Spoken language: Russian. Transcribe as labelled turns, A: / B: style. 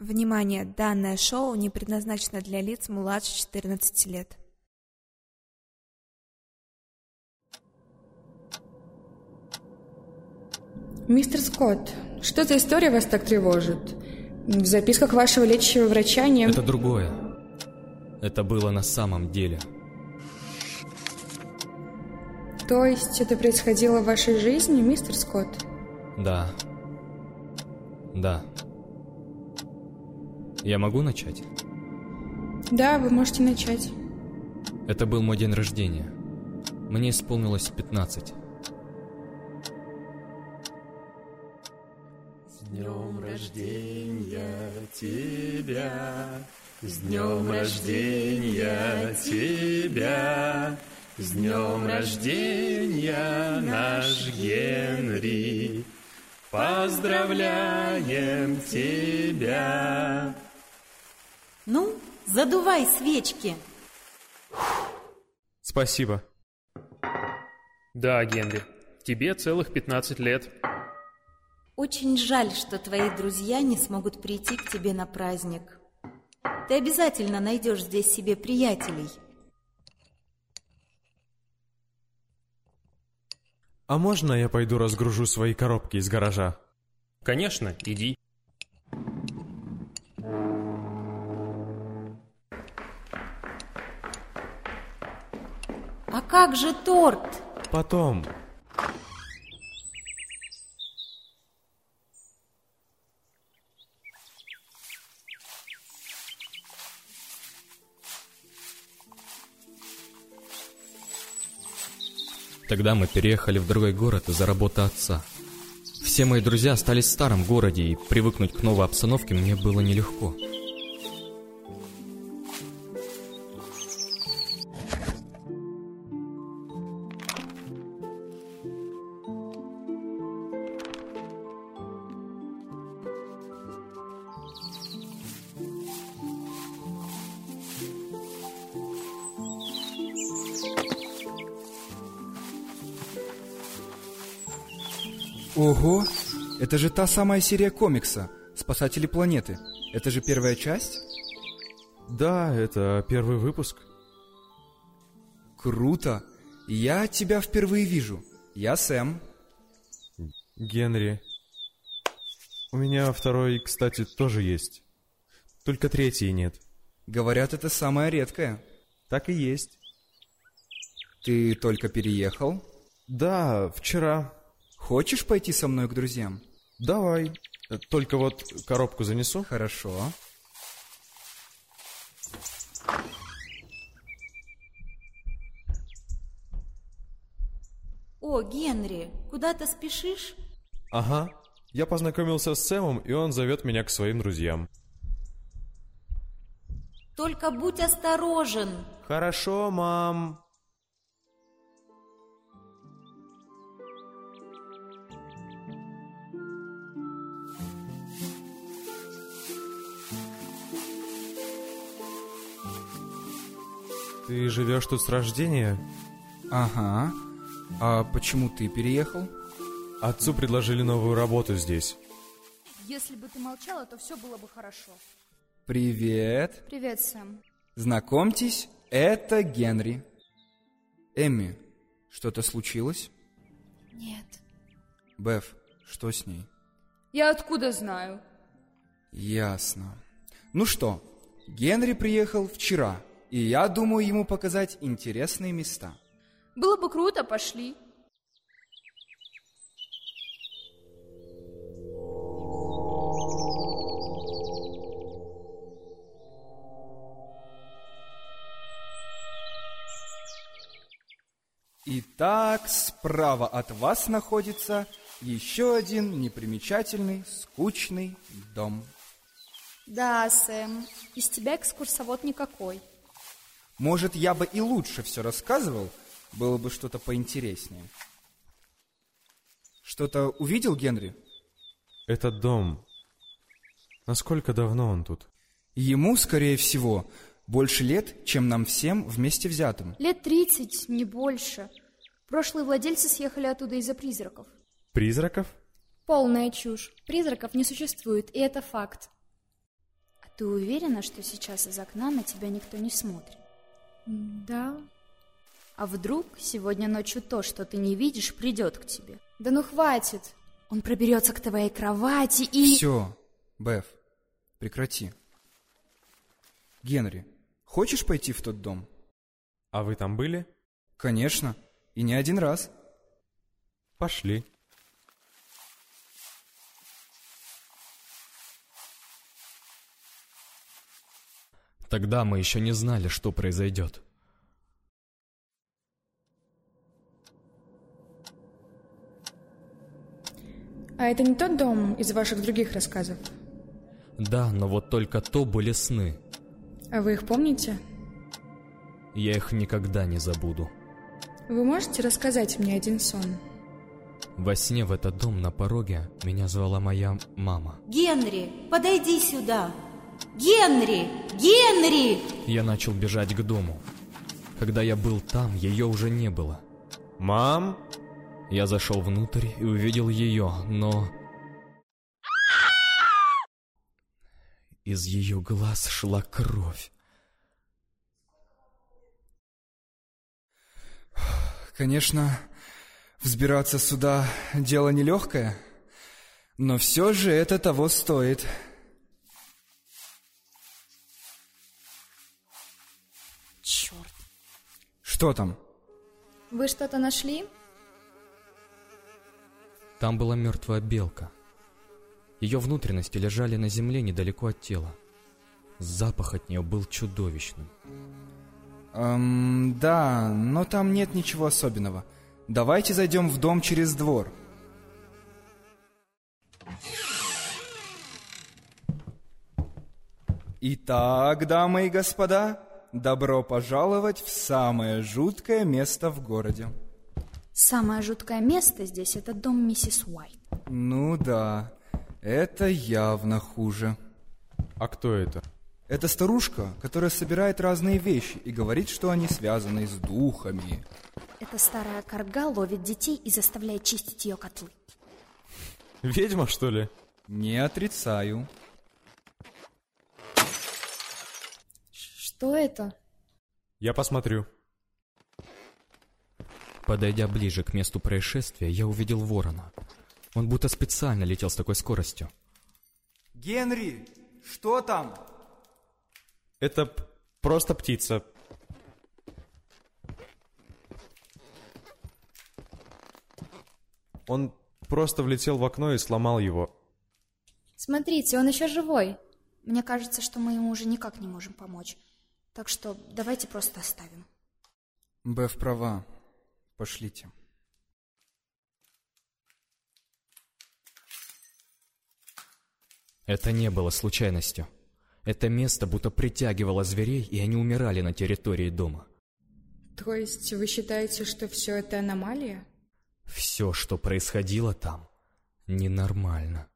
A: Внимание! Данное шоу не предназначено для лиц младше 14 лет.
B: Мистер Скотт, что за история вас так тревожит? В записках вашего лечащего врача не...
C: Это другое. Это было на самом деле.
B: То есть это происходило в вашей жизни, мистер Скотт?
C: Да. Да. Я могу начать?
B: Да, вы можете начать.
C: Это был мой день рождения. Мне исполнилось 15.
D: С днем рождения тебя, с днем рождения тебя, с днем рождения наш Генри. Поздравляем тебя!
E: Ну, задувай свечки.
F: Спасибо.
G: Да, Генри, тебе целых 15 лет.
E: Очень жаль, что твои друзья не смогут прийти к тебе на праздник. Ты обязательно найдешь здесь себе приятелей.
F: А можно я пойду разгружу свои коробки из гаража?
G: Конечно, иди.
E: А как же торт?
F: Потом.
C: Тогда мы переехали в другой город из-за работы отца. Все мои друзья остались в старом городе, и привыкнуть к новой обстановке мне было нелегко.
H: Ого! Это же та самая серия комикса «Спасатели планеты». Это же первая часть?
F: Да, это первый выпуск.
H: Круто! Я тебя впервые вижу. Я Сэм.
F: Генри. У меня второй, кстати, тоже есть. Только третий нет.
H: Говорят, это самое редкое.
F: Так и есть.
H: Ты только переехал?
F: Да, вчера.
H: Хочешь пойти со мной к друзьям?
F: Давай. Э, Только вот коробку занесу.
H: Хорошо.
E: О, Генри, куда ты спешишь?
F: Ага. Я познакомился с Сэмом, и он зовет меня к своим друзьям.
E: Только будь осторожен.
F: Хорошо, мам. Ты живешь тут с рождения?
H: Ага. А почему ты переехал?
F: Отцу предложили новую работу здесь.
I: Если бы ты молчала, то все было бы хорошо.
H: Привет.
I: Привет, Сэм.
H: Знакомьтесь, это Генри. Эмми, что-то случилось?
I: Нет.
H: Беф, что с ней?
I: Я откуда знаю?
H: Ясно. Ну что, Генри приехал вчера, и я думаю ему показать интересные места.
I: Было бы круто, пошли.
H: Итак, справа от вас находится еще один непримечательный, скучный дом.
I: Да, Сэм. Из тебя экскурсовод никакой.
H: Может, я бы и лучше все рассказывал, было бы что-то поинтереснее. Что-то увидел, Генри?
F: Этот дом. Насколько давно он тут?
H: Ему, скорее всего, больше лет, чем нам всем вместе взятым.
I: Лет 30, не больше. Прошлые владельцы съехали оттуда из-за призраков.
F: Призраков?
I: Полная чушь. Призраков не существует, и это факт. А Ты уверена, что сейчас из окна на тебя никто не смотрит?
B: Да.
I: А вдруг сегодня ночью то, что ты не видишь, придет к тебе?
B: Да ну хватит.
I: Он проберется к твоей кровати и...
H: Все, Беф, прекрати. Генри, хочешь пойти в тот дом?
F: А вы там были?
H: Конечно, и не один раз.
F: Пошли.
C: Тогда мы еще не знали, что произойдет.
B: А это не тот дом из ваших других рассказов?
C: Да, но вот только то были сны.
B: А вы их помните?
C: Я их никогда не забуду.
B: Вы можете рассказать мне один сон?
C: Во сне в этот дом на пороге меня звала моя мама.
E: Генри, подойди сюда. Генри! Генри!
C: Я начал бежать к дому. Когда я был там, ее уже не было.
F: Мам?
C: Я зашел внутрь и увидел ее, но... Из ее глаз шла кровь.
H: Конечно, взбираться сюда дело нелегкое, но все же это того стоит.
I: Черт.
H: Что там?
I: Вы что-то нашли?
C: Там была мертвая белка. Ее внутренности лежали на земле недалеко от тела. Запах от нее был чудовищным.
H: Эм, да, но там нет ничего особенного. Давайте зайдем в дом через двор. Итак, дамы и господа, добро пожаловать в самое жуткое место в городе.
I: Самое жуткое место здесь — это дом миссис Уайт.
H: Ну да, это явно хуже.
F: А кто это?
H: Это старушка, которая собирает разные вещи и говорит, что они связаны с духами.
I: Эта старая корга ловит детей и заставляет чистить ее котлы.
F: Ведьма, что ли?
H: Не отрицаю.
I: Что это?
F: Я посмотрю.
C: Подойдя ближе к месту происшествия, я увидел ворона. Он будто специально летел с такой скоростью.
H: Генри, что там?
F: Это п- просто птица. Он просто влетел в окно и сломал его.
I: Смотрите, он еще живой. Мне кажется, что мы ему уже никак не можем помочь. Так что давайте просто оставим.
H: Беф права. Пошлите.
C: Это не было случайностью. Это место будто притягивало зверей, и они умирали на территории дома.
B: То есть вы считаете, что все это аномалия?
C: Все, что происходило там, ненормально.